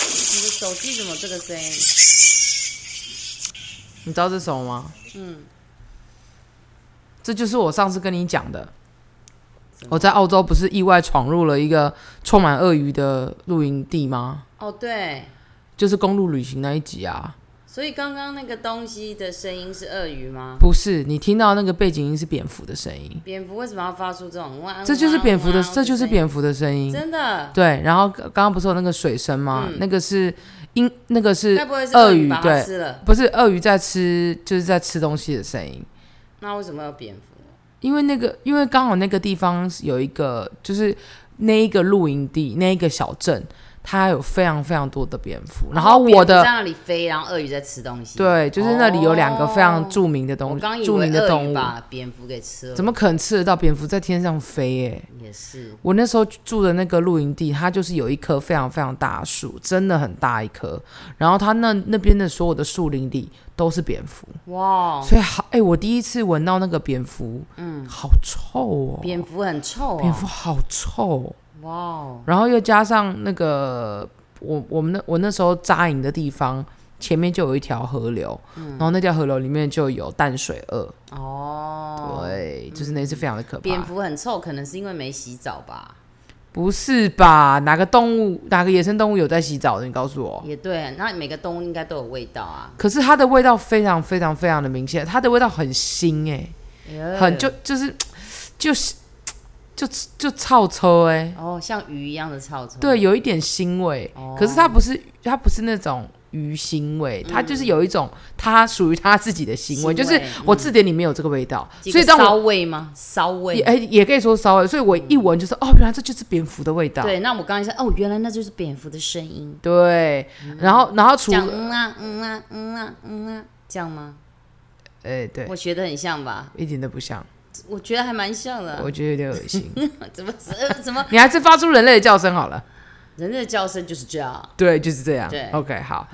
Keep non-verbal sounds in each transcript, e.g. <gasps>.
手机怎么这个声音？你知道这首吗？嗯，这就是我上次跟你讲的。我在澳洲不是意外闯入了一个充满鳄鱼的露营地吗？哦对，就是公路旅行那一集啊。所以刚刚那个东西的声音是鳄鱼吗？不是，你听到那个背景音是蝙蝠的声音，蝙蝠为什么要发出这种汪？这就是蝙蝠的，汪这就是声音蝙蝠的嗯声音。哦真的。对，然后刚刚不是有那个水声吗？那个是鹰，那个是该不会是鳄鱼鱼把它对吃了？不是鳄鱼在吃，就是在吃东西的声音。那为什么有蝙蝠？因为那个，因为刚好那个地方是有一个，就是那一个露营地，那一个小镇，它有非常非常多的蝙蝠。然后哦蝙蝠我的在那里飞，然后鳄鱼在吃东西。，对，就是那里有两个非常哦著名的我东刚以著为名的鳄动鱼物，把蝙蝠给吃了。怎么可能吃得到蝙蝠在天上飞、欸？也是？我那时候住的那个露营地，它就是有一棵非常非常大的树，真的很大一棵。然后它那那边的所有的树林里都是蝙蝠，哇，所以好哎、我第一次闻到那个蝙蝠，嗯，好臭哦，蝙蝠很臭蝙哦。蝠好臭哦、哇哦，然后又加上那个我我们那我那时候扎营的地方前面就有一条河流，嗯然后那条河流里面就有淡水鳄，哦，嗯对，就是那次非常的可怕。蝙蝠很臭，可能是因为没洗澡吧。不是吧？哪个动物哪个野生动物有在洗澡的？你告诉我。也对，那每个动物应该都有味道啊，可是它的味道非常非常非常的明显，它的味道很腥哎、很就就是就是就就臭臭哎、哦，像鱼一样的臭虫。，对，有一点腥味。哦可是它不是它不是那种鱼腥味，它就是有一种它属于它自己的腥味，嗯腥就是味嗯我字典里面有这个味道，几所个以当骚我味吗？骚也味。嗯哎也可以说稍微，所以我一闻就是、哦，原来这就是蝙蝠的味道。对，那我刚才说，哦，原来那就是蝙蝠的声音，对嗯然后然后除讲嗯啊嗯啊嗯啊嗯啊，这样吗？哎对，我学的很像吧？一点都不像，我觉得还蛮像的啊。我觉得有点恶心。 <laughs> <laughs> 怎么怎怎么？你还是发出人类的叫声好了。人类的叫声就是这样。对，就是这样。对 o k 好。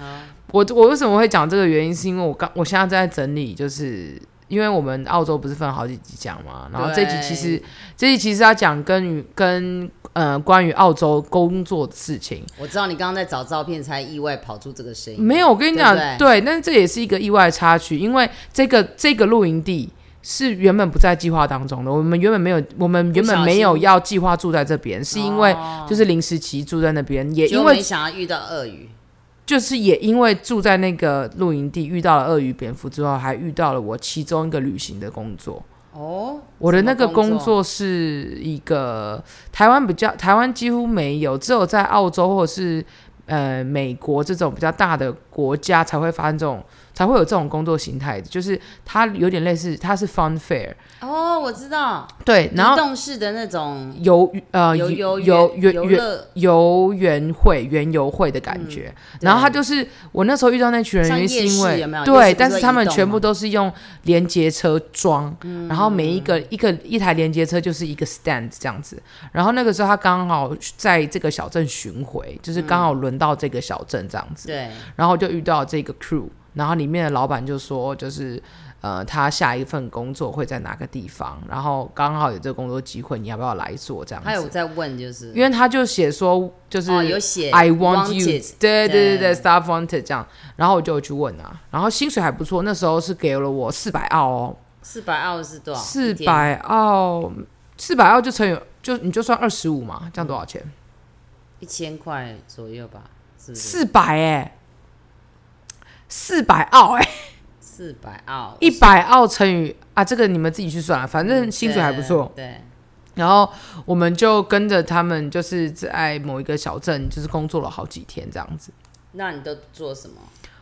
我我为什么会讲这个原因，是因为我刚我现在正在整理，就是因为我们澳洲不是分好几集讲嘛，然后这集其实这集其实要讲跟与跟呃关于澳洲工作的事情。我知道你刚刚在找照片，才意外跑出这个声音。没有，我跟你讲，嗯对不对，但是这也是一个意外的插曲，因为这个这个露营地。是原本不在计划当中的，我们原本没有，我们原本没有要计划住在这边，是因为哦就是临时起意住在那边，也结因果为没想到遇到鳄鱼，就是也因为住在那个露营地，遇到了鳄鱼、蝙蝠之后，还遇到了我其中一个旅行的工作。哦，我的那个什么工工作作是一个台湾比较，台湾几乎没有，只有在澳洲或者是呃美国这种比较大的国家才会发生这种，才会有这种工作形态的，就是它有点类似，它是 fun fair，哦，我知道，对，然移后动式的那种游呃游游游游游游游乐，游园会、园游会的感觉。对然后他就是我那时候遇到那群人，像原因是因夜为市有没有夜市不对，是但是他们移动吗全部都是用连接车装，然后每一个嗯一个一台连接车就是一个 stand 这样子。然后那个时候他刚好在这个小镇巡回，就是刚好轮到这个小镇这样子。嗯对，然后就遇到这个 crew，然后里面的老板就说，就是呃，他下一份工作会在哪个地方，然后刚好有这个工作机会，你要不要来做这样他有子？在问，就是因为他就写说，就是、哦，有写 I want you， wanted 对对对对对，staff wanted 这样，然后我就有去问啊，然后薪水还不错，那时候是给了我四百澳哦，四百澳是多少？四一天百澳，四百澳就乘以就你就算二十五嘛，这样多少钱？一千块左右吧，是不是？四百哎，四百澳哎、四百澳，一百澳乘以啊，这个你们自己去算了，反正薪水还不错。对，然后我们就跟着他们，就是在某一个小镇，就是工作了好几天这样子。那你都做什么？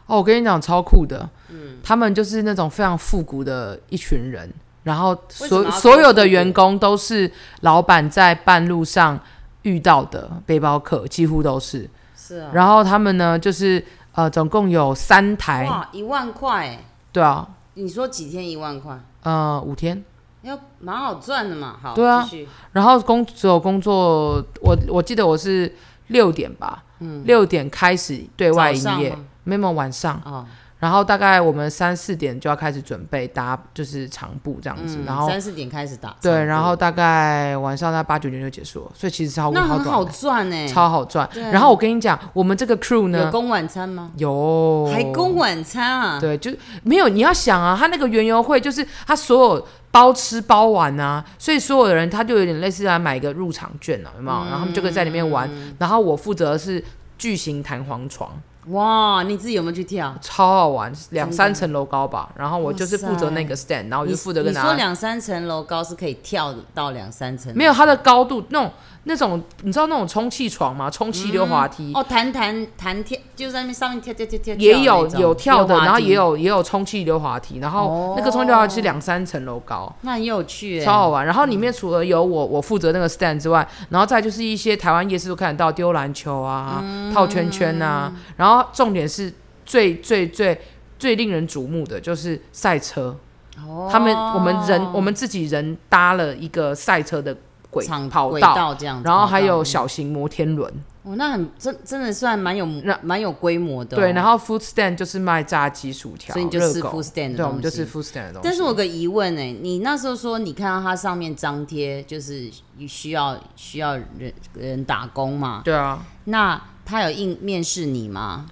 哦，我跟你讲，超酷的，嗯，他们就是那种非常复古的一群人，然后为什么所要说所有复的古员工都是老板在半路上遇到的背包客，几乎都是。是啊，然后他们呢，就是呃，总共有三台，哇，一万块，对啊，你说几天一万块？呃，五天。要蛮好赚的嘛，好，对啊继续然后工只有工作，我我记得我是六点吧，六点开始对外嗯早上营业吗，没有晚上，哦，然后大概我们三四点就要开始准备搭，就是长步这样子，嗯，然后三四点开始打，差对，不然多后大概晚上大概八九点就结束了，所以其实超那很短好的赚哎，超好赚。对然后我跟你讲，我们这个 crew 有呢供晚餐吗？有还供晚餐啊？对，就是没有。你要想啊，他那个园游会就是他所有包吃包玩啊，所以所有的人他就有点类似来买一个入场券啊，有没嗯有？然后他们就可以在里面玩。然后我负责的是巨型弹簧床，哇，你自己有没有去跳？超好玩，两真的三层楼高吧。然后我哇就是负责那个 stand，然后我你就负责跟你大说家。两三层楼高是可以跳到两三层，没有它的高度，那种那种你知道那种充气床吗？充气溜滑梯、哦，弹弹弹跳，就在那边上面跳跳跳跳，也有哦那种有跳的，溜滑梯然后也有也有充气溜滑梯，然后那个充气溜滑梯是两三层楼高。那很有趣超哎，好玩。然后里面除了有我我负责那个 stand 之外，然后再就是一些台湾夜市都看得到丢篮球啊、嗯套圈圈啊，然后重点是最最最最令人瞩目的就是赛车。哦他们我们人我们自己人搭了一个赛车的轨场跑轨道。道这样子，然后还有跑小型摩天轮，道，哦，那很真真的算蛮有那蛮有规模的哦，对，然后 food stand 就是卖炸鸡、薯条、所以你就热吃狗 food stand 的对，我们就东是西 food stand 的东西。但是我有个疑问哎、你那时候说你看到它上面张贴就是需要需要人人打工嘛？对啊，那他有应面试你吗？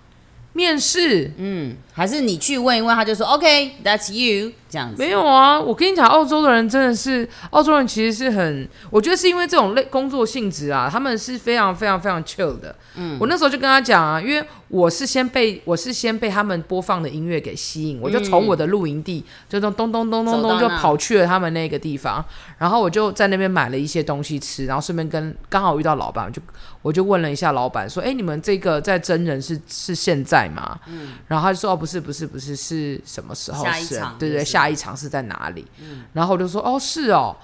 面试嗯，还是你去问一问，他就说 OK，that's、you 这样子？没有啊，我跟你讲，澳洲的人真的是，澳洲人其实是很，我觉得是因为这种类工作性质啊，他们是非常非常非常 chill 的。嗯，我那时候就跟他讲啊，因为我是先被我是先被他们播放的音乐给吸引，我就从我的露营地就咚咚咚咚嗯咚走咚到就那跑去了他们那个地方，然后我就在那边买了一些东西吃，然后顺便跟刚好遇到老板，我就我就问了一下老板说，哎、你们这个在真人是是现在吗？嗯，然后他就说，哦，不是不是不是，是什么时候下一是场对就对，是嗯下一场是在哪里？然后我就说，哦，是哦。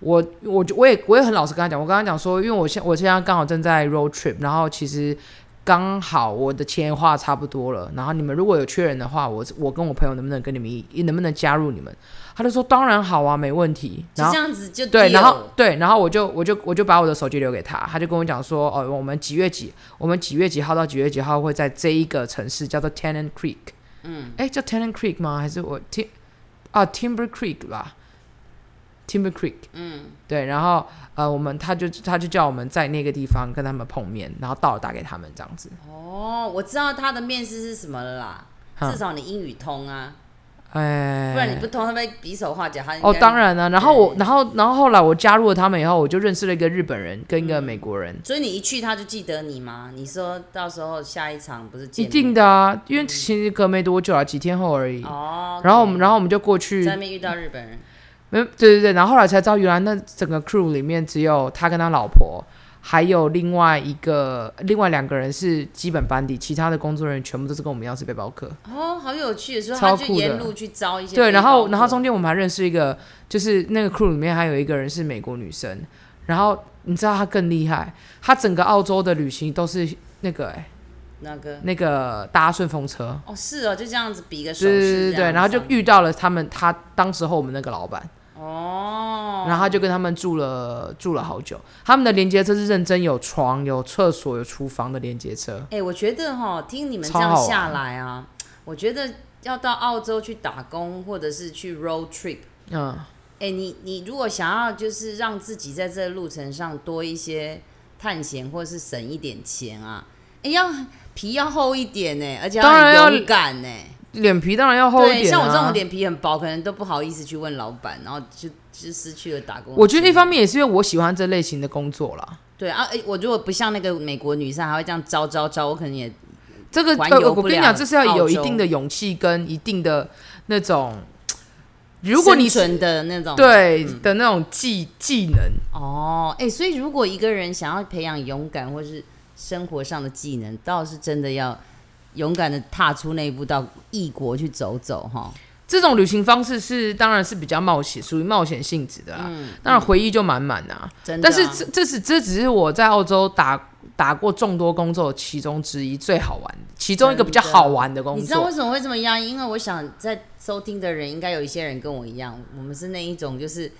我我就我也我也很老实跟他讲，我跟他讲说，因为我现我现在刚好正在 road trip，然后其实刚好我的钱花差不多了，然后你们如果有缺人的话，我我跟我朋友能不能跟你们一能不能加入你们？他就说当然好啊，没问题。就然后这样子就对， deal 然后对，然后我就我就我就把我的手机留给他，他就跟我讲说，哦，我们几月几，我们几月几号到几月几号会在这一个城市叫做 Tennant Creek，嗯，哎，叫 Tennant Creek 吗？还是我 Tim 啊 Timber Creek 吧，Timber Creek，嗯，对，然后呃，我们他就他就叫我们在那个地方跟他们碰面，然后到了打给他们这样子，哦，我知道他的面试是什么了啦，嗯至少你英语通啊，哎，不然你不通，他们比手画脚，他应该哦，当，然了、然后我然后然后后来我加入了他们以后，我就认识了一个日本人嗯跟一个美国人。所以你一去他就记得你吗？你说到时候下一场不是见一面嗯定的啊，因为其实隔没多久啊，几天后而已。哦，然后我们，然后我们就过去在，那边遇到日本人，没有对对对，然后后来才知道，原来那整个 crew 里面只有他跟他老婆，还有另外一个另外两个人是基本班底，其他的工作人员全部都是跟我们一样是背包客。哦，好有趣，所以超他酷就的沿路去招一些对，背然包后客然后中间我们还认识一个，就是那个 crew 里面还有一个人是美国女生，然后你知道她更厉害，她整个澳洲的旅行都是那个、欸、那个那个搭顺风车。哦是哦，就这样子比个手对对势对这样对，子然后就遇到了他们，他当时候我们那个老板，哦，然后他就跟他们住了住了好久。他们的连接车是认真有床、有厕所、有厨房的连接车，哎、我觉得哈，听你们这超样好玩下来啊，我觉得要到澳洲去打工或者是去 road trip，嗯，哎、你你如果想要就是让自己在这路程上多一些探险，或者是省一点钱啊，哎、要皮要厚一点呢、而且当然要很勇敢呢、脸皮当然要厚一对，点、啊。像我这种，脸皮很薄，可能都不好意思去问老板，然后就就失去了打工。我觉得一方面也是因为我喜欢这类型的工作啦。对啊，哎、我如果不像那个美国女生还会这样招招招，我可能也这个环呃，游我不跟你了讲，这是要澳有一洲定的勇气跟一定的那种，如果你生存是嗯的那种对的那种技技能，哦，哎、所以如果一个人想要培养勇敢或是生活上的技能，倒是真的要勇敢的踏出那一步，到异国去走走哈。这种旅行方式是当然是比较冒险，属于冒险性质的啦。当然回忆就满满啊。真的但嗯啊、是这这是这只是我在澳洲打打过众多工作其中之一，最好玩，其中一个比较好玩的工啊你知道作为。什么会这么压抑？因为我想在收听的人应该有一些人跟我一样，我们是那一种就是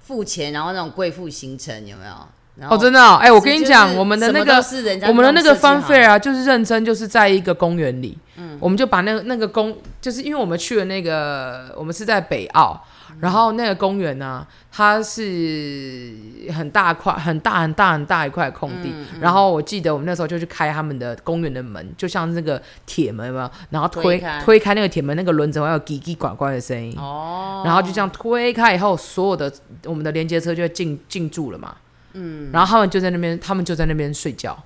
付钱，然后那种贵妇行程有没有？然后哦，真的哦，哎、我跟你就讲，是我们的什么那个都是人家我们的那个帮 fun 们设计 fair 好嗯啊，就是认真就是在一个公园里，我们就把那个那个公，就是因为我们去了那个，我们是在北澳，嗯然后那个公园呢、它是很大块、很大、很大、很大一块空嗯地，然后我记得我们那时候就去开他们的公园的门，就像那个铁门有没有？然后推推开推开那个铁门，那个轮子会有叽叽呱呱的声音，哦，然后就这样推开以后，所有的我们的连接车就会进进驻了嘛。嗯，然后他们就在那边，他们就在那边睡觉，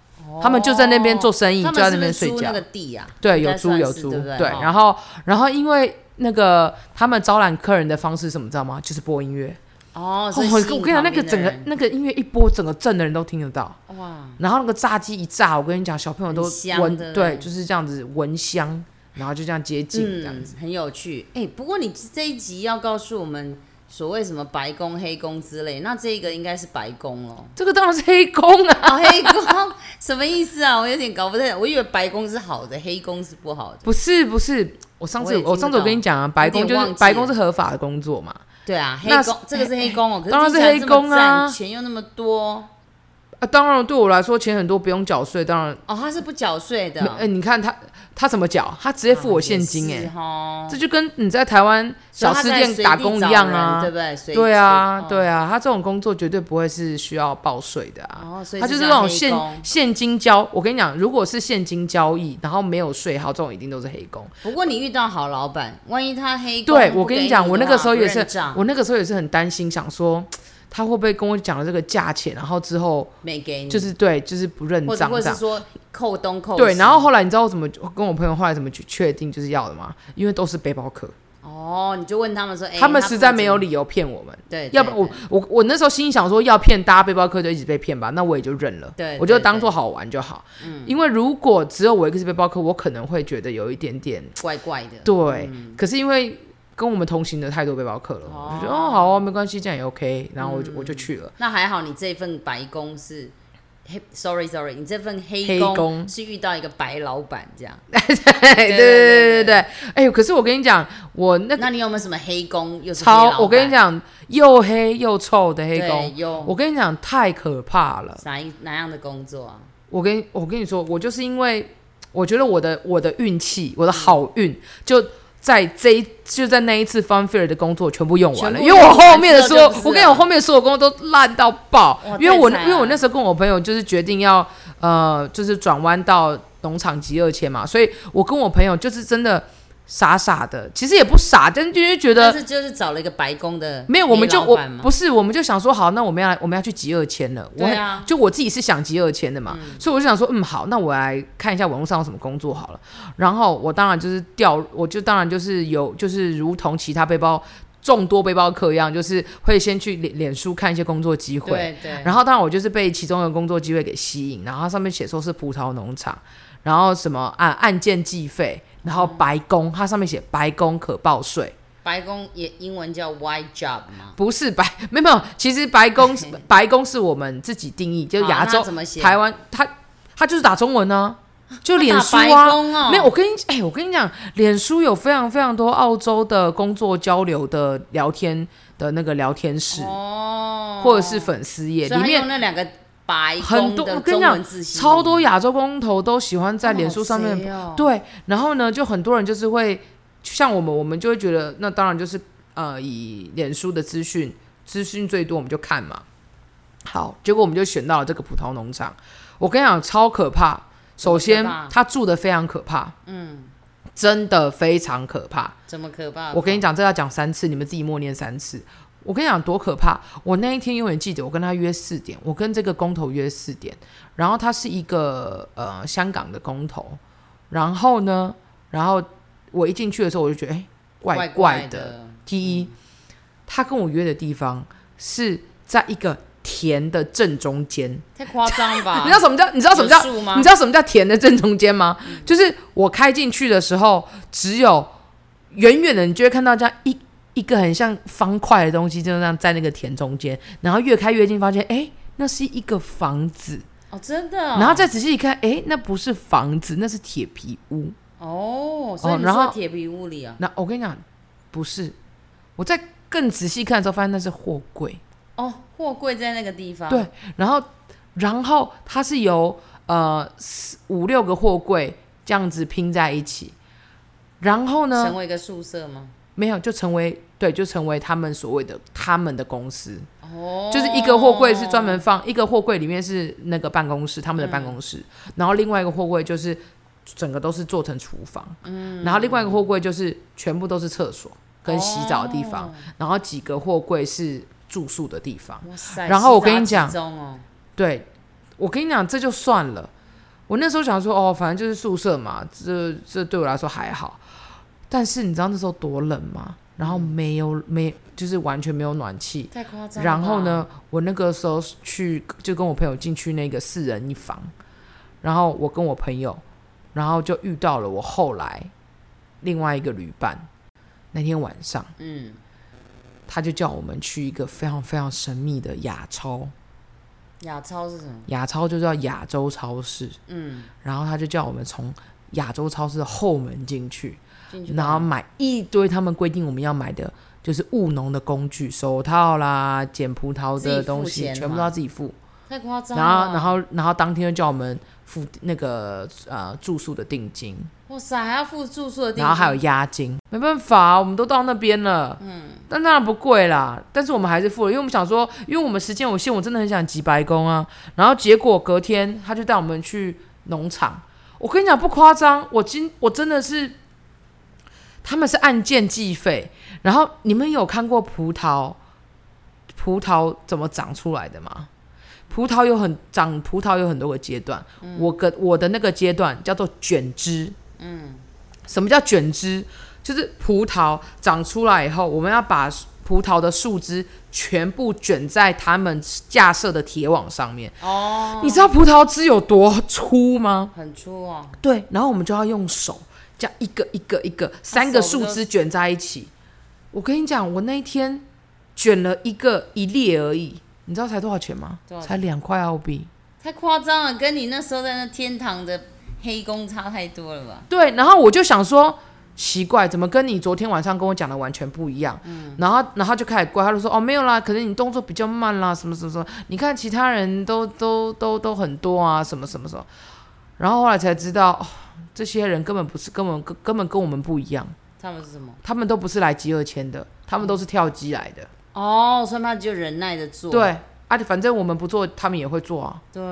他们就在那边做生意，哦他就在们那是不边是睡租觉。那个地啊？对，应有该租算有是租，对不对哦然后然后因为那个他们招揽客人的方式是什么，知道吗？就是播音乐。哦，哦所以我吸跟引我跟你讲，那旁个边的整个人那个音乐一播，整个镇的人都听得到。哇，然后那个炸鸡一炸，我跟你讲，小朋友都很香闻，对不对，对就是这样子闻香，然后就这样接近这样嗯子。，很有趣。哎，不过你这一集要告诉我们所谓什么白宫、黑宫之类，那这个应该是白宫 <laughs> 喽。这个当然是黑工啊，哦，黑宫什么意思啊？我有点搞不太懂。我以为白宫是好的，黑宫是不好的。不是不是。我上次我也我听不上次我跟你讲啊，白宫就有点是忘记白宫是合法的工作嘛，对啊，黑那哎宫这个是黑宫哦，可是当然听是起来黑这么宫啊赞钱又那么多啊，当然对我来说钱很多不用缴税，当然，哦，他是不缴税的没哦，呃，你看他他怎么缴，他直接付我现金哎、哎，这就跟你在台湾所以小他吃在店随打地工一找样人啊对，不对？随对啊处，对啊，他这种工作绝对不会是需要报税的啊，哦，所以他就是叫那种黑现工现金交，我跟你讲，如果是现金交易，然后没有税号，这种一定都是黑工。不过你遇到好老板，万一他黑工对，不我给跟你你讲，的我那话个时候不也是认账，我那个时候也是很担心，想说他会不会跟我讲了这个价钱，然后之后没给你，就是对，就是不认嗯或者账或这者样是。说扣东扣对，西然后后来你知道我怎么我跟我朋友后来怎么去确定就是要的吗？因为都是背包客，哦，你就问他们说，哎，他们实在付没有钱理由骗我们。对，要对不我我我那时候心里想说，要骗大家背包客就一直被骗吧，那我也就认了，对我就对当对嗯做好玩就好。因为如果只有我一个是背包客，我可能会觉得有一点点怪怪的，对，可是因为跟我们同行的太多背包客了，我就觉得嗯哦嗯好哦，没关系，这样也 OK，然后我就、我就 <laughs> 去了。那还好，你这份白宫是黑，sorry sorry，你这份黑黑工工是遇到一个白老板这样。对对对对对，哎呦，可是我跟你讲，我那个那你有没有什么黑工？又是黑老超，板我跟你，讲，又黑又臭的黑工对，有我跟你讲太可怕了。哪一哪样的工作啊？我跟我跟你说，我就是因为我觉得我的我的运气，我的好运就。在这一就在那一次 Fun Fair 的工作全部用完了，全部因为我用完后面的之所后有，就不是我跟你讲，了我后面所有工作都烂到爆哇。因为我太惨因为我了那时候跟我朋友就是决定要呃，就是转弯到农场集二千嘛，所以我跟我朋友就是真的傻傻的，其实也不傻，但是就是觉得但是就是找了一个白宫的，没有，我们就我嘛，不是，我们就想说好，那我们要来我们要去集二千了。我对很啊就我自己是想集二千的嘛，所以我就想说，嗯，好，那我来看一下网络上有什么工作好了。然后我当然就是调，我就当然就是有，就是如同其他背包众多背包客一样，就是会先去脸脸书看一些工作机会。对对，然后当然我就是被其中的工作机会给吸引，然后它上面写说是葡萄农场，然后什么按按件计费，然后白宫，它上面写白宫可报税。白宫也英文叫 White Job 嘛，不是白，没有没有，其实 <laughs> 白宫白宫是我们自己定义，就是好亚啊那洲、怎么写台湾，他他就是打中 <laughs> 文呢、就脸书那打白啊。宫哦，没有，我跟你哎、我跟你讲，脸书有非常非常多澳洲的工作交流的聊天的那个聊天室，哦，或者是粉丝页所以里他面用那两个白很宫多我的跟中你讲文字系超多亚洲工头都喜欢在脸书上面哦对，然后呢，就很多人就是会，就像我们，我们就会觉得，那当然就是呃，以脸书的资讯，资讯最多，我们就看嘛。好，结果我们就选到了这个葡萄农场。我跟你讲，超可怕。首先怎么可，怕他住的非常可怕，嗯，真的非常可怕。怎么可怕？我跟你讲，这要讲三次，你们自己默念三次。我跟你讲多可怕！我那一天永远记得，我跟他约四点，我跟这个工头约四点，然后他是一个呃香港的工头，然后呢，然后我一进去的时候，我就觉得哎、怪怪怪的。嗯的，第一，他跟我约的地方是在一个田的正中间，太夸张了吧？ <laughs> 你知道什么叫？你知道什么叫有树吗你知道什么叫田的正中间吗？就是我开进去的时候，只有远远的你就会看到这样一一个很像方块的东西，就这样在那个田中间。然后越开越近，发现哎、诶那是一个房子。哦，真的哦，然后再仔细一看，哎、那不是房子，那是铁皮屋。哦，所以哦你然说后铁皮屋里啊，那我跟你讲，不是。我在更仔细看的时候，发现那是货柜。哦，货柜在那个地方，对，然后然后它是由呃四五六个货柜这样子拼在一起，然后呢成，为一个宿舍吗？没有就成为对，就成为他们所谓的他们的公司，哦，就是一个货柜是专门放一个货柜里面是那个办公室，他们的办公室，嗯然后另外一个货柜就是整个都是做成厨房，嗯，然后另外一个货柜就是全部都是厕所跟洗澡的地方，哦然后几个货柜是住宿的地方。哇塞。然后我跟你洗澡讲集中哦，对，我跟你讲，这就算了。我那时候想说，哦，反正就是宿舍嘛，这这对我来说还好。但是你知道那时候多冷吗？然后没有没就是完全没有暖气。太夸张。然后？呢，我那个时候去就跟我朋友进去那个四人一房，然后我跟我朋友，然后就遇到了我后来另外一个旅伴。那天晚上，嗯，他就叫我们去一个非常非常神秘的亚超，亚超是什么？亚超就叫亚洲超市。嗯，然后他就叫我们从亚洲超市的后门进去，进去吧。然后买一堆他们规定我们要买的，就是务农的工具，手套啦、剪葡萄自己的付东钱西，吗全部都要自己付。太夸张。然后，然，后，然后当天就叫我们付那个呃住宿的定金，哇塞，还要付住宿的地方，然后还有押金。没办法，我们都到那边了，嗯，但当然不贵啦。但是我们还是付了，因为我们想说，因为我们时间有限，我真的很想挤白宫啊。然后结果隔天他就带我们去农场，我跟你讲不夸张，我今我真的是，他们是按件计费。然后你们有看过葡萄葡萄怎么长出来的吗？葡萄有很长，葡萄有很多个阶段。嗯我跟我的那个阶段叫做卷枝。嗯，什么叫卷枝？就是葡萄长出来以后，我们要把葡萄的树枝全部卷在他们架设的铁网上面。哦，你知道葡萄枝有多粗吗？很粗哦。对，然后我们就要用手这样一个一个一个三个手树不就枝卷在一起。我跟你讲，我那一天卷了一个一列而已，你知道才多少钱吗多少？钱才两块澳币。太夸张了，跟你那时候在那天堂的黑工差太多了吧？对，然后我就想说，奇怪，怎么跟你昨天晚上跟我讲的完全不一样？嗯然后然后就开始怪，他就说哦没有啦，可能你动作比较慢啦，什么什么什么，你看其他人都都都都很多啊，什么什么什么。然后后来才知道，哦、这些人根本不是，根本根根本跟我们不一样，他们是什么？他们都不是来集二签的，他们都是跳机来的。哦，所以他就忍耐的做。对，啊，反正我们不做，他们也会做啊。对，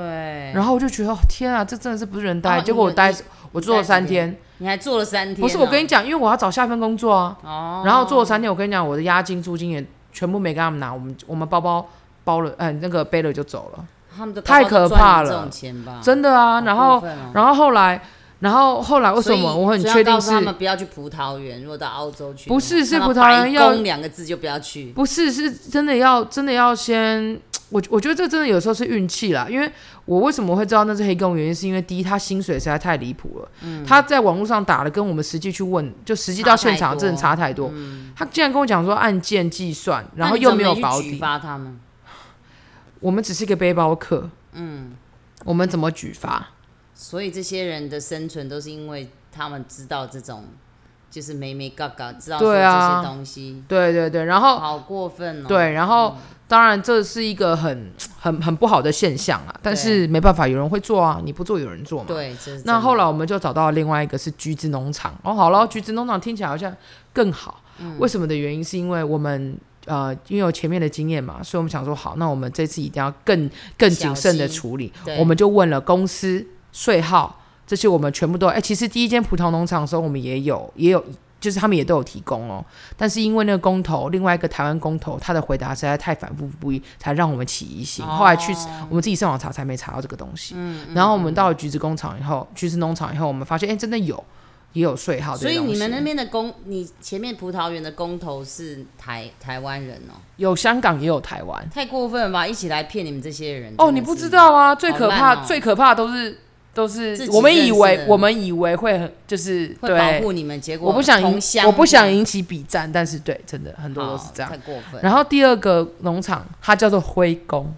然后我就觉得，哦天啊，这真的是不是人然待？后结你果我哎们待你，我做了待几三天天。你还做了三天、啊不是，我跟你，讲，因为我要找下一份工作啊。哦，然后做了三天，我跟你讲，我的押金、租金也全部没跟他们拿，我们我们包包包了，嗯、那个背了就走了，他们都太可怕搞不好了都赚你这种钱吧？真的啊。然好后过，分哦然后后来，然后后来为什所以么我很所以确要定告诉他是们不要去葡萄园，如果到澳洲去，不是看是到葡萄园要白宫两个字就不要去。不是是真的要真的要先？我我觉得这真的有时候是运气啦，因为我为什么会知道那是黑工，原因是因为第一，他薪水实在太离谱了，嗯他在网络上打的跟我们实际去问，就实际到差太现场真的多差太多。他竟然跟我讲说按件计算，然后那你又怎么没有去保举底，发他们，我们只是一个背包客，嗯，我们怎么举发？所以这些人的生存都是因为他们知道这种就是美美嘎嘎，知道说对啊这些东西，对对对，然后好过分哦。，对，然后、当然这是一个很很很不好的现象啊，但是没办法，有人会做啊，你不做有人做嘛。。对，这是那真的后来我们就找到另外一个是橘子农场哦，好了，橘子农场听起来好像更好，嗯为什么的原因是因为我们呃，因为有前面的经验嘛，所以我们想说好，那我们这次一定要更更谨慎的小心处理，对我们就问了公司税号这些，我们全部都哎、其实第一间葡萄农场的时候，我们也有也有，就是他们也都有提供哦。但是因为那个公投，另外一个台湾公投，他的回答实在太反复不一，才让我们起疑哦心。后来去我们自己上网查，才没查到这个东西。然后我们到了橘子工厂以后，橘子农场以后，我们发现哎、真的有也有税号这所些以东西。你们那边的公，你前面葡萄园的公投是台台湾人哦，有香港也有台湾太过分了吧！一起来骗你们这些人哦，真的你不是知道啊，最可怕、嗯好烂哦最可怕的都是都是自己我们以认为识的我们以为会很就是会对保护你们，结果我不想同引乡，哦我不想引起比战，但是对，真的很多都是这样好太。过分。然后第二个农场，它叫做灰工，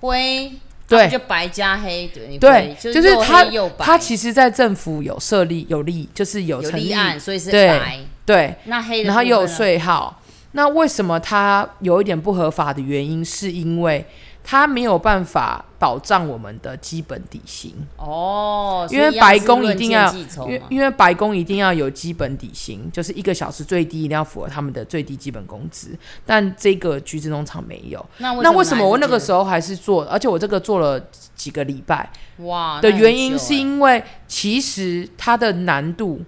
灰对就白加黑，对你对灰，就就是是又它黑又白，它其实，在政府有设立有立，就是有有成立立，案，所以是对白。对，那黑的，然后又有，税号。那为什么它有一点不合法的原因，是因为它没有办法保障我们的基本底薪，哦，因为白宫一定要所以样子论因为件计酬嘛因为白宫一定要有基本底薪，就是一个小时最低一定要符合他们的最低基本工资，但这个橘子农场没有。那那为什么我那个候时候还是做，而且我这个做了几个礼拜哇的那很原因久是欸因为其实它的难度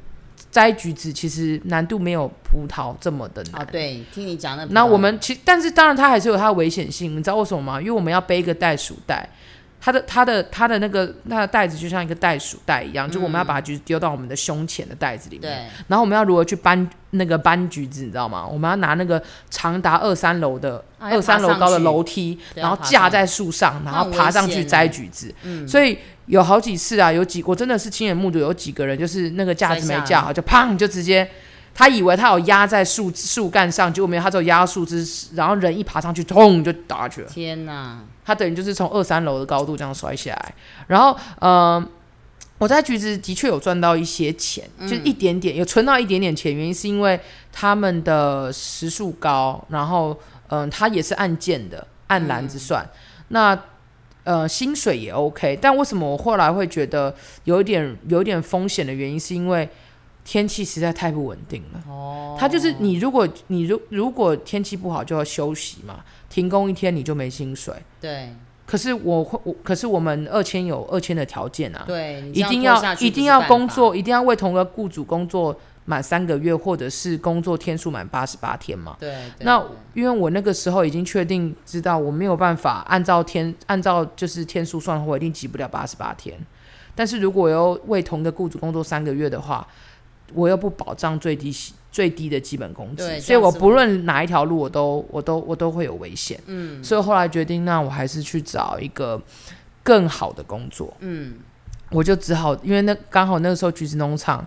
摘橘子其实难度没有葡萄这么的难。啊，对，听你讲那那我们其但是当然它还是有它的危险性，你知道为什么吗？因为我们要背一个袋鼠袋，它的它的它的那个它的袋子就像一个袋鼠袋一样，就我们要把橘子丢到我们的胸前的袋子里面，嗯对然后我们要如何去搬那个搬橘子，你知道吗？我们要拿那个长达二三楼的啊要二三爬楼上高的去楼梯，对要然后爬架上在树上，那然后很爬危上去险摘欸橘子，所以。有好几次啊，有几我真的是亲眼目睹，有几个人就是那个架子摔没下来架好，就砰就直接，他以为他有压在树树干上，结果没有，他只有压到树枝，然后人一爬上去，砰就倒下去了。天哪，他等于就是从二三楼的高度这样摔下来。然后，呃，我在橘子的确有赚到一些钱，就一点点，有存到一点点钱。原因是因为他们的时速高，然后，嗯、它也是按件的，按篮子算。那呃，薪水也 OK，但为什么我后来会觉得有一点有一点风险的原因，是因为天气实在太不稳定了。哦，它就是你如果你如如果天气不好就要休息嘛，停工一天你就没薪水。对可是我会，我可是我们二签有二签的条件啊，对，你这一样定拖下要去一不定是要办工法，作，一定要为同一个雇主工作满三个月，或者是工作天数满八十八天嘛。对，对那对因为我那个时候已经确定知道我没有办法按照天按照就是天数算的话，我一定挤不了八十八天。但是如果我要为同一个雇主工作三个月的话，我又不保障最低薪最低的基本工对资，所以这样我是不论哪一条路，我都我都我都会有危险。嗯，所以后来决定，那我还是去找一个更好的工作。嗯，我就只好因为那刚好那个时候橘子农场，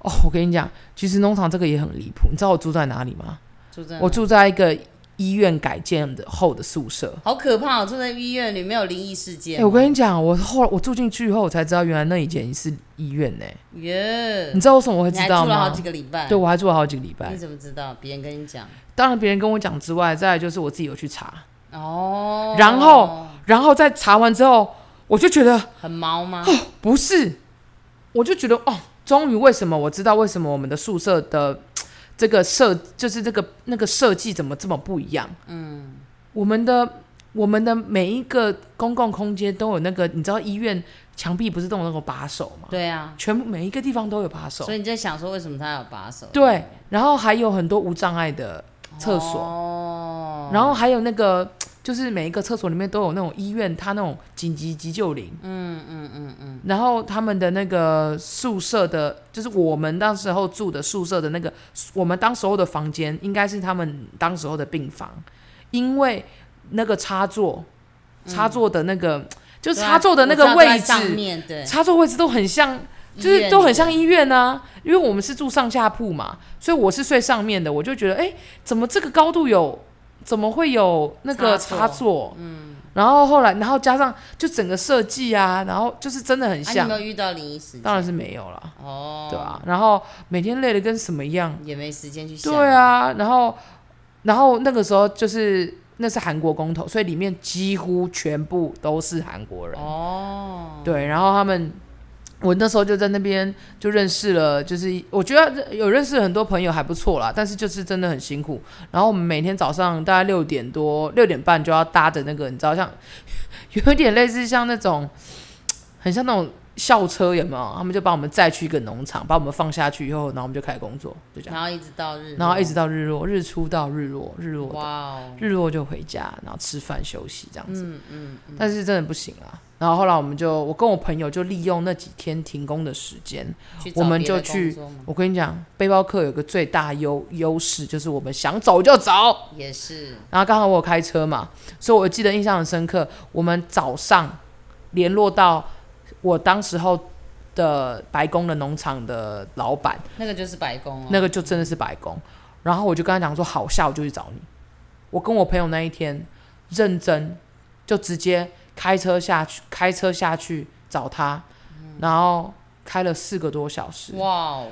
哦，我跟你讲，橘子农场这个也很离谱。你知道我住在哪里吗？住在哪我住在一个医院改建的后的宿舍。好可怕，我哦住在医院里没有灵异事哎、件吗，我跟你讲，我后来我住进去以后，我才知道原来那以前是医院呢、耶，你知道为什么我会你知还道住了好吗几？个礼拜，对，我还住了好几个礼你拜。怎么知道？别人跟你讲当然，别人跟我讲之外，再来就是我自己有去查，哦，然后然后在查完之后，我就觉得很毛 <gasps> 吗？不是，我就觉得哦，终于为什么我知道为什么我们的宿舍的这个设就是这个那个设计怎么这么不一样？嗯，我们的我们的每一个公共空间都有那个，你知道医院墙壁不是都有那个把手吗？对啊，全部每一个地方都有把手所，以你在想说为什么他有把手？对，然后还有很多无障碍的厕所，哦，然后还有那个就是每一个厕所里面都有那种医院它那种紧急急救铃，嗯嗯嗯嗯，然后他们的那个宿舍的，就是我们当时候住的宿舍的那个，我们当时候的房间应该是他们当时候的病房，因为那个插座，插座的那个、就是对啊插座的那个我知道位在上置，面对，插座位置都很像。就医是院都里很面像医院啊，因为我们是住上下铺嘛，所以我是睡上面的，我就觉得，哎、怎么这个高度有，怎么会有那个插插座座？嗯，然后后来，然后加上就整个设计啊，然后就是真的很啊，你有像，没有遇到灵异事件？当然是没有啦，哦，对吧、然后每天累得跟什么一样，也没时间去想，对，啊，然后然后那个时候就是那是韩国公投，所以里面几乎全部都是韩国人。哦，对，然后他们，我那时候就在那边就认识了，就是我觉得有认识很多朋友还不错啦，但是就是真的很辛苦。然后我们每天早上大概六点多、六点半就要搭着那个，你知道像有一点类似像那种，很像那种校车有没有？他们就把我们载去一个农场，把我们放下去以后，然后我们就开始工作，就这样，然后一直到日落，然后一直到日落，日出到日落，日落哇到哦，日落就回家，然后吃饭休息这样嗯子。嗯嗯，但是真的不行啊。然后后来我们就，我跟我朋友就利用那几天停工的时间，去找我们别的就去工作吗我跟你讲，背包客有个最大优优势就是我们想走就走。也是然后刚好我有开车嘛，所以我记得印象很深刻。我们早上联络到我当时候的白宫的农场的老板，那个就是白宫哦，那个就真的是白宫。然后我就跟他讲说，好，下午就去找你。我跟我朋友那一天认真，就直接开车下去，开车下去找他，然后开了四个多小时。哇哦，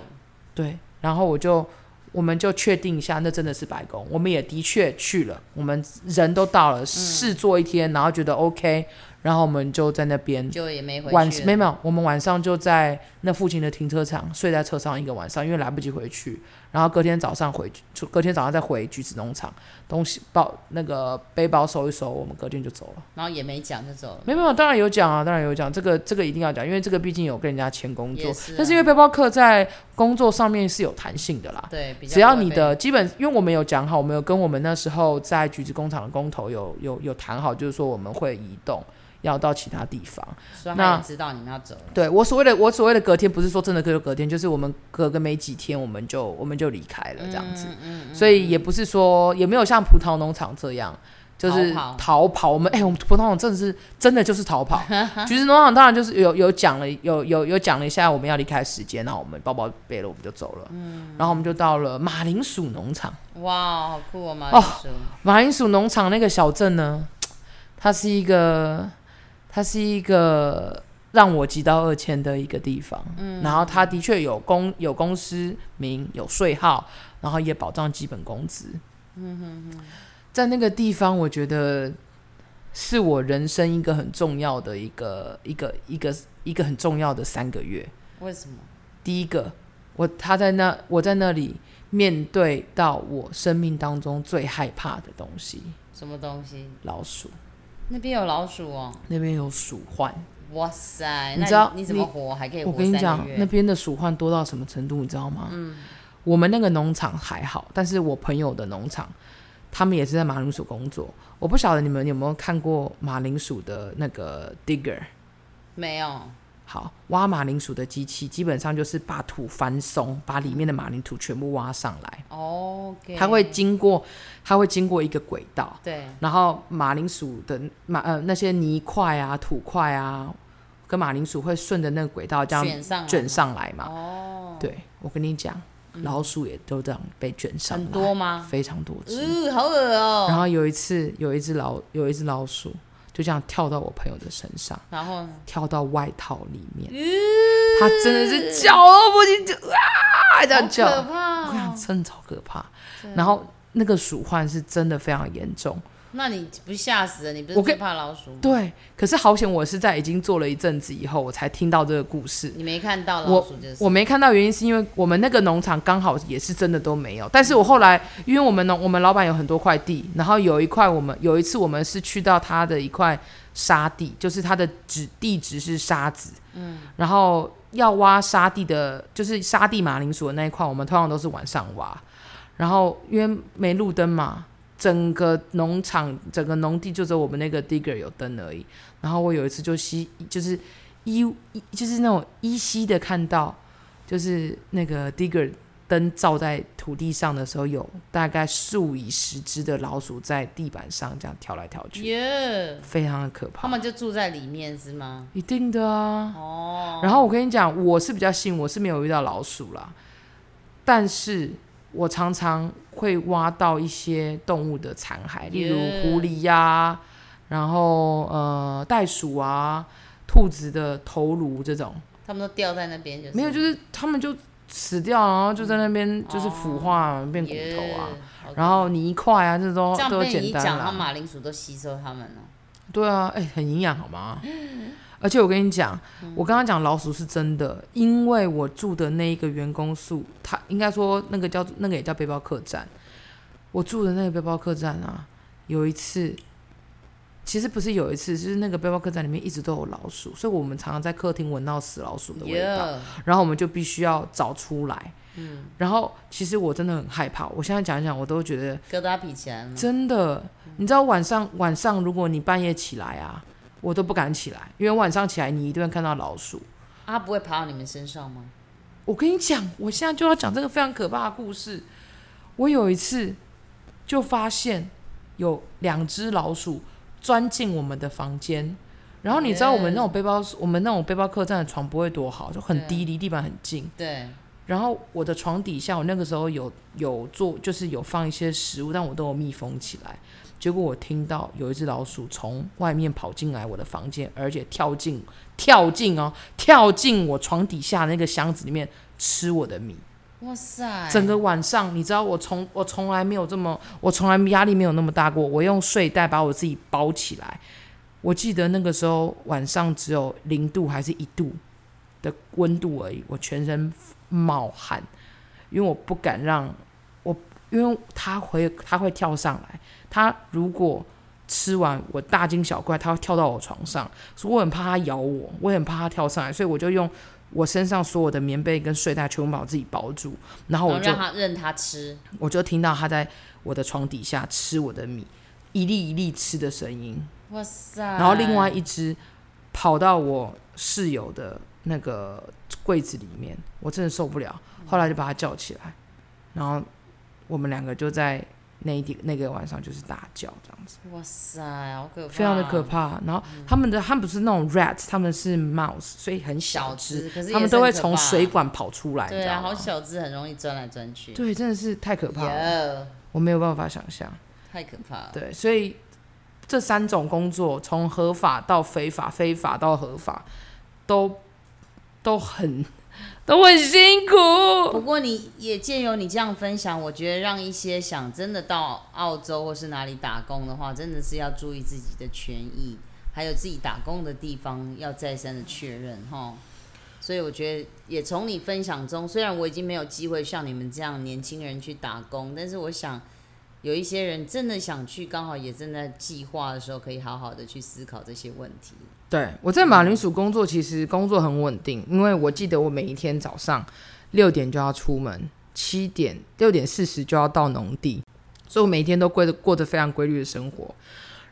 对，然后我就我们就确定一下，那真的是白宫。我们也的确去了，我们人都到了，试做一天，然后觉得 OK，然后我们就在那边就也没回晚去没了。有没有，我们晚上就在那附近的停车场睡在车上一个晚上，因为来不及回去。然后隔天早上回，就隔天早上再回橘子农场，东西包那个背包收一收，我们隔天就走了。然后也没讲就走了。没有没有，当然有讲啊，当然有讲，这个这个一定要讲，因为这个毕竟有跟人家签工作。也是啊但是因为背包客在工作上面是有弹性的啦，对，比较只要不会你被的基本，因为我们有讲好，我们有跟我们那时候在橘子工厂的工头有有有谈好，就是说我们会移动，要到其他地方。说他那也知道你们要走了，对我所谓的我所谓的隔天，不是说真的隔就隔天，就是我们隔个没几天，我们就我们就离开了这样子，嗯所以也不是说也没有像葡萄农场这样。就是逃跑逃跑，我们哎、我们葡萄农真的是真的就是 <laughs> 逃跑。橘子农场当然就是有有讲了，有有有讲了一下我们要离开的时间，然后我们包包背了我们就走了，嗯然后我们就到了马铃薯农场。哇，好酷哦，马哦铃薯，马铃薯农场那个小镇呢，它是一个，它是一个让我急到二千的一个地方。嗯，然后它的确有公有公司名，有税号，然后也保障基本工资。嗯哼哼，在那个地方，我觉得是我人生一个很重要的一个一个一个一个很重要的三个月。为什么？第一个，我他在那，我在那里面对到我生命当中最害怕的东西什么东西？ ——老鼠。那边有老鼠哦，那边有鼠患，哇塞，你那知道你怎么你活？还可以我活跟你三讲个，那月？边的鼠患多到什么程度，你知道吗？我们那个农场还好，但是我朋友的农场，他们也是在马铃薯工作。我不晓得你们有没有看过马铃薯的那个 digger，没有，好，挖马铃薯的机器基本上就是把土翻松，把里面的马铃薯全部挖上来。 OK，它会经过，它会经过一个轨道，对，然后马铃薯的马呃那些泥块啊、土块啊，跟马铃薯会顺着那个轨道这样卷上来吗卷上来嘛。哦，嗯对，我跟你讲，老鼠也都这样被卷上来，很多吗？非常多只。嗯，好恶 <laughs> 哦。然后有一次，有一只老有一只老鼠就这样跳到我朋友的身上，然后呢跳到外套里面，它真的是叫哦不行，就啊这样好叫，可怕我跟你讲，哦。真的超可怕。然后那个鼠患是真的非常严重，那你不吓死了？你不是我跟最怕老鼠吗？对。可是好险，我是在已经做了一阵子以后，我才听到这个故事。你没看到老我鼠就是我没看到原因，是因为我们那个农场刚好也是真的都没有。但是我后来，因为我们农我们老板有很多块地，然后有一块我们有一次我们是去到他的一块沙地，就是他的址地址是沙子，嗯，然后要挖沙地的，就是沙地马铃薯的那一块，我们通常都是晚上挖，然后因为没路灯嘛。整个农场、整个农地就只有我们那个 digger 有灯而已。然后我有一次就吸，就是依依就是那种依稀的看到，就是那个 digger 灯照在土地上的时候，有大概数以十只的老鼠在地板上这样跳来跳去，耶，非常的可他怕。们就住在里面是吗？一定的啊。哦，然后我跟你讲，我是比较幸运，我是没有遇到老鼠啦，但是我常常会挖到一些动物的残骸，例如 Yeah 狐狸呀、然后呃袋鼠啊、兔子的头颅这种，他们都掉在那边，就是没有，就是他们就死掉，然后就在那边就是腐化、变骨耶头啊，好然后泥块啊，这都哦这样都被你简一单讲，他啦。马铃薯都吸收他们了。对啊，哎、很营养好吗？而且我跟你讲，我刚刚讲老鼠是真的，因为我住的那一个员工宿，它应该说那个叫那个也叫背包客栈，我住的那个背包客栈啊，有一次。其实不是有一次，就是那个背包客栈里面一直都有老鼠，所以我们常常在客厅闻到死老鼠的味道。耶，然后我们就必须要找出来。嗯，然后其实我真的很害怕，我现在讲一讲，我都觉得疙瘩皮起来了吗？真的，你知道晚上晚上如果你半夜起来啊，我都不敢起来，因为晚上起来你一定会看到老鼠。啊它不会爬到你们身上吗？我跟你讲，我现在就要讲这个非常可怕的故事。我有一次就发现有两只老鼠钻进我们的房间，然后你知道我们那种背包，我们那种背包客栈的床不会多好，就很低，离地板很近。对，然后我的床底下，我那个时候有有做，就是有放一些食物，但我都有密封起来。结果我听到有一只老鼠从外面跑进来我的房间，而且跳进跳进哦，跳进我床底下那个箱子里面吃我的米。哇塞，整个晚上，你知道我从我从来没有这么，我从来压力没有那么大过。我用睡袋把我自己包起来。我记得那个时候晚上只有零度还是一度的温度而已，我全身冒汗，因为我不敢让我，因为他会他会跳上来，他如果吃完我大惊小怪，他会跳到我床上，所以我很怕他咬我，我也很怕他跳上来，所以我就用我身上所有的棉被跟睡袋全部把我自己包住，然后然我后就让他任他吃，我就听到他在我的床底下吃我的米，一粒一粒吃的声音。哇塞，然后另外一只跑到我室友的那个柜子里面，我真的受不了，嗯后来就把他叫起来，然后我们两个就在那一天那个晚上就是大叫这样子，哇塞，好可怕，非常的可，怕。然后他们的他们不是那种 rats，他们是 mouse，所以很小只，只，可是他嗯们也是都会很可从怕水管跑出来，你对知啊，道好吗？小只，很容易钻来钻去，对，真的是太可怕了，哟，我没有办法想象。太可怕了，对，所以这三种工作，从合法到非法，非法到合法，都都很都很辛苦。不过你也借由你这样分享，我觉得让一些想真的到澳洲或是哪里打工的话，真的是要注意自己的权益，还有自己打工的地方要再三的确认哈。所以我觉得也从你分享中，虽然我已经没有机会像你们这样年轻人去打工，但是我想有一些人真的想去，刚好也正在计划的时候，可以好好的去思考这些问题。对我在马嗯铃薯工作，其实工作很稳定，因为我记得我每一天早上六点就要出门，七点六点四十就要到农地，所以我每一天都过着过着非常规律的生活。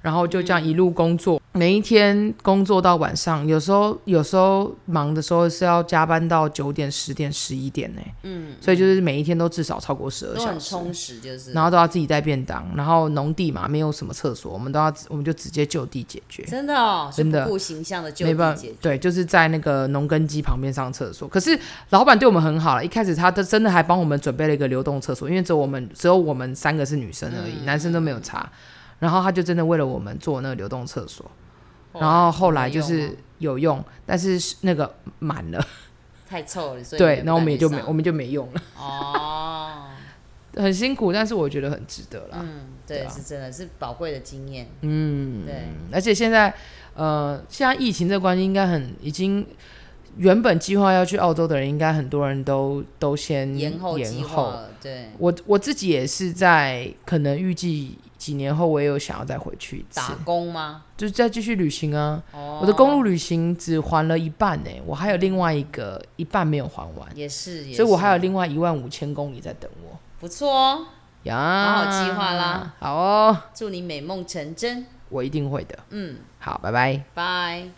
然后就这嗯样一路工作，每一天工作到晚上，有时候有时候忙的时候是要加班到九点、十点、十一点呢、嗯，所以就是每一天都至少超过十二都小很时，充实，就是然后都要自己带便当，然后农地嘛没有什么厕所，我们都要我们就直接就地解决，真的哦，是真的不顾形象的就没办地法解决。，对，就是在那个农耕机旁边上厕所。可是老板对我们很好了，一开始他都真的还帮我们准备了一个流动厕所，因为只有我们只有我们三个是女生而已，男生都没有嗯查，然后他就真的为了我们做那个流动厕所，然后后来有就用哦是吗有用，但是是那个满了，太臭了，所以对，你然后我们也就不没敢去我们就没用了，上哦， <laughs> 很辛苦，但是我觉得很值得啦。嗯，对，对啊是真的是宝贵的经验，嗯，对，而且现在，呃，现在疫情这关系应该很已经，原本计划要去澳洲的人，应该很多人都都先延后计嗯延划后。了，对，我我自己也是在可能预计几年后，我也有想要再回去一次，打工吗？就是再继续旅行啊。哦，我的公路旅行只还了一半呢、我还有另外一个一半没有还完，也是，也是哦所以我还有另外一万五千公里在等我不错哦，呀。好好计划啦，好哦，祝你美梦成真，我一定会的。嗯，好，拜拜。拜。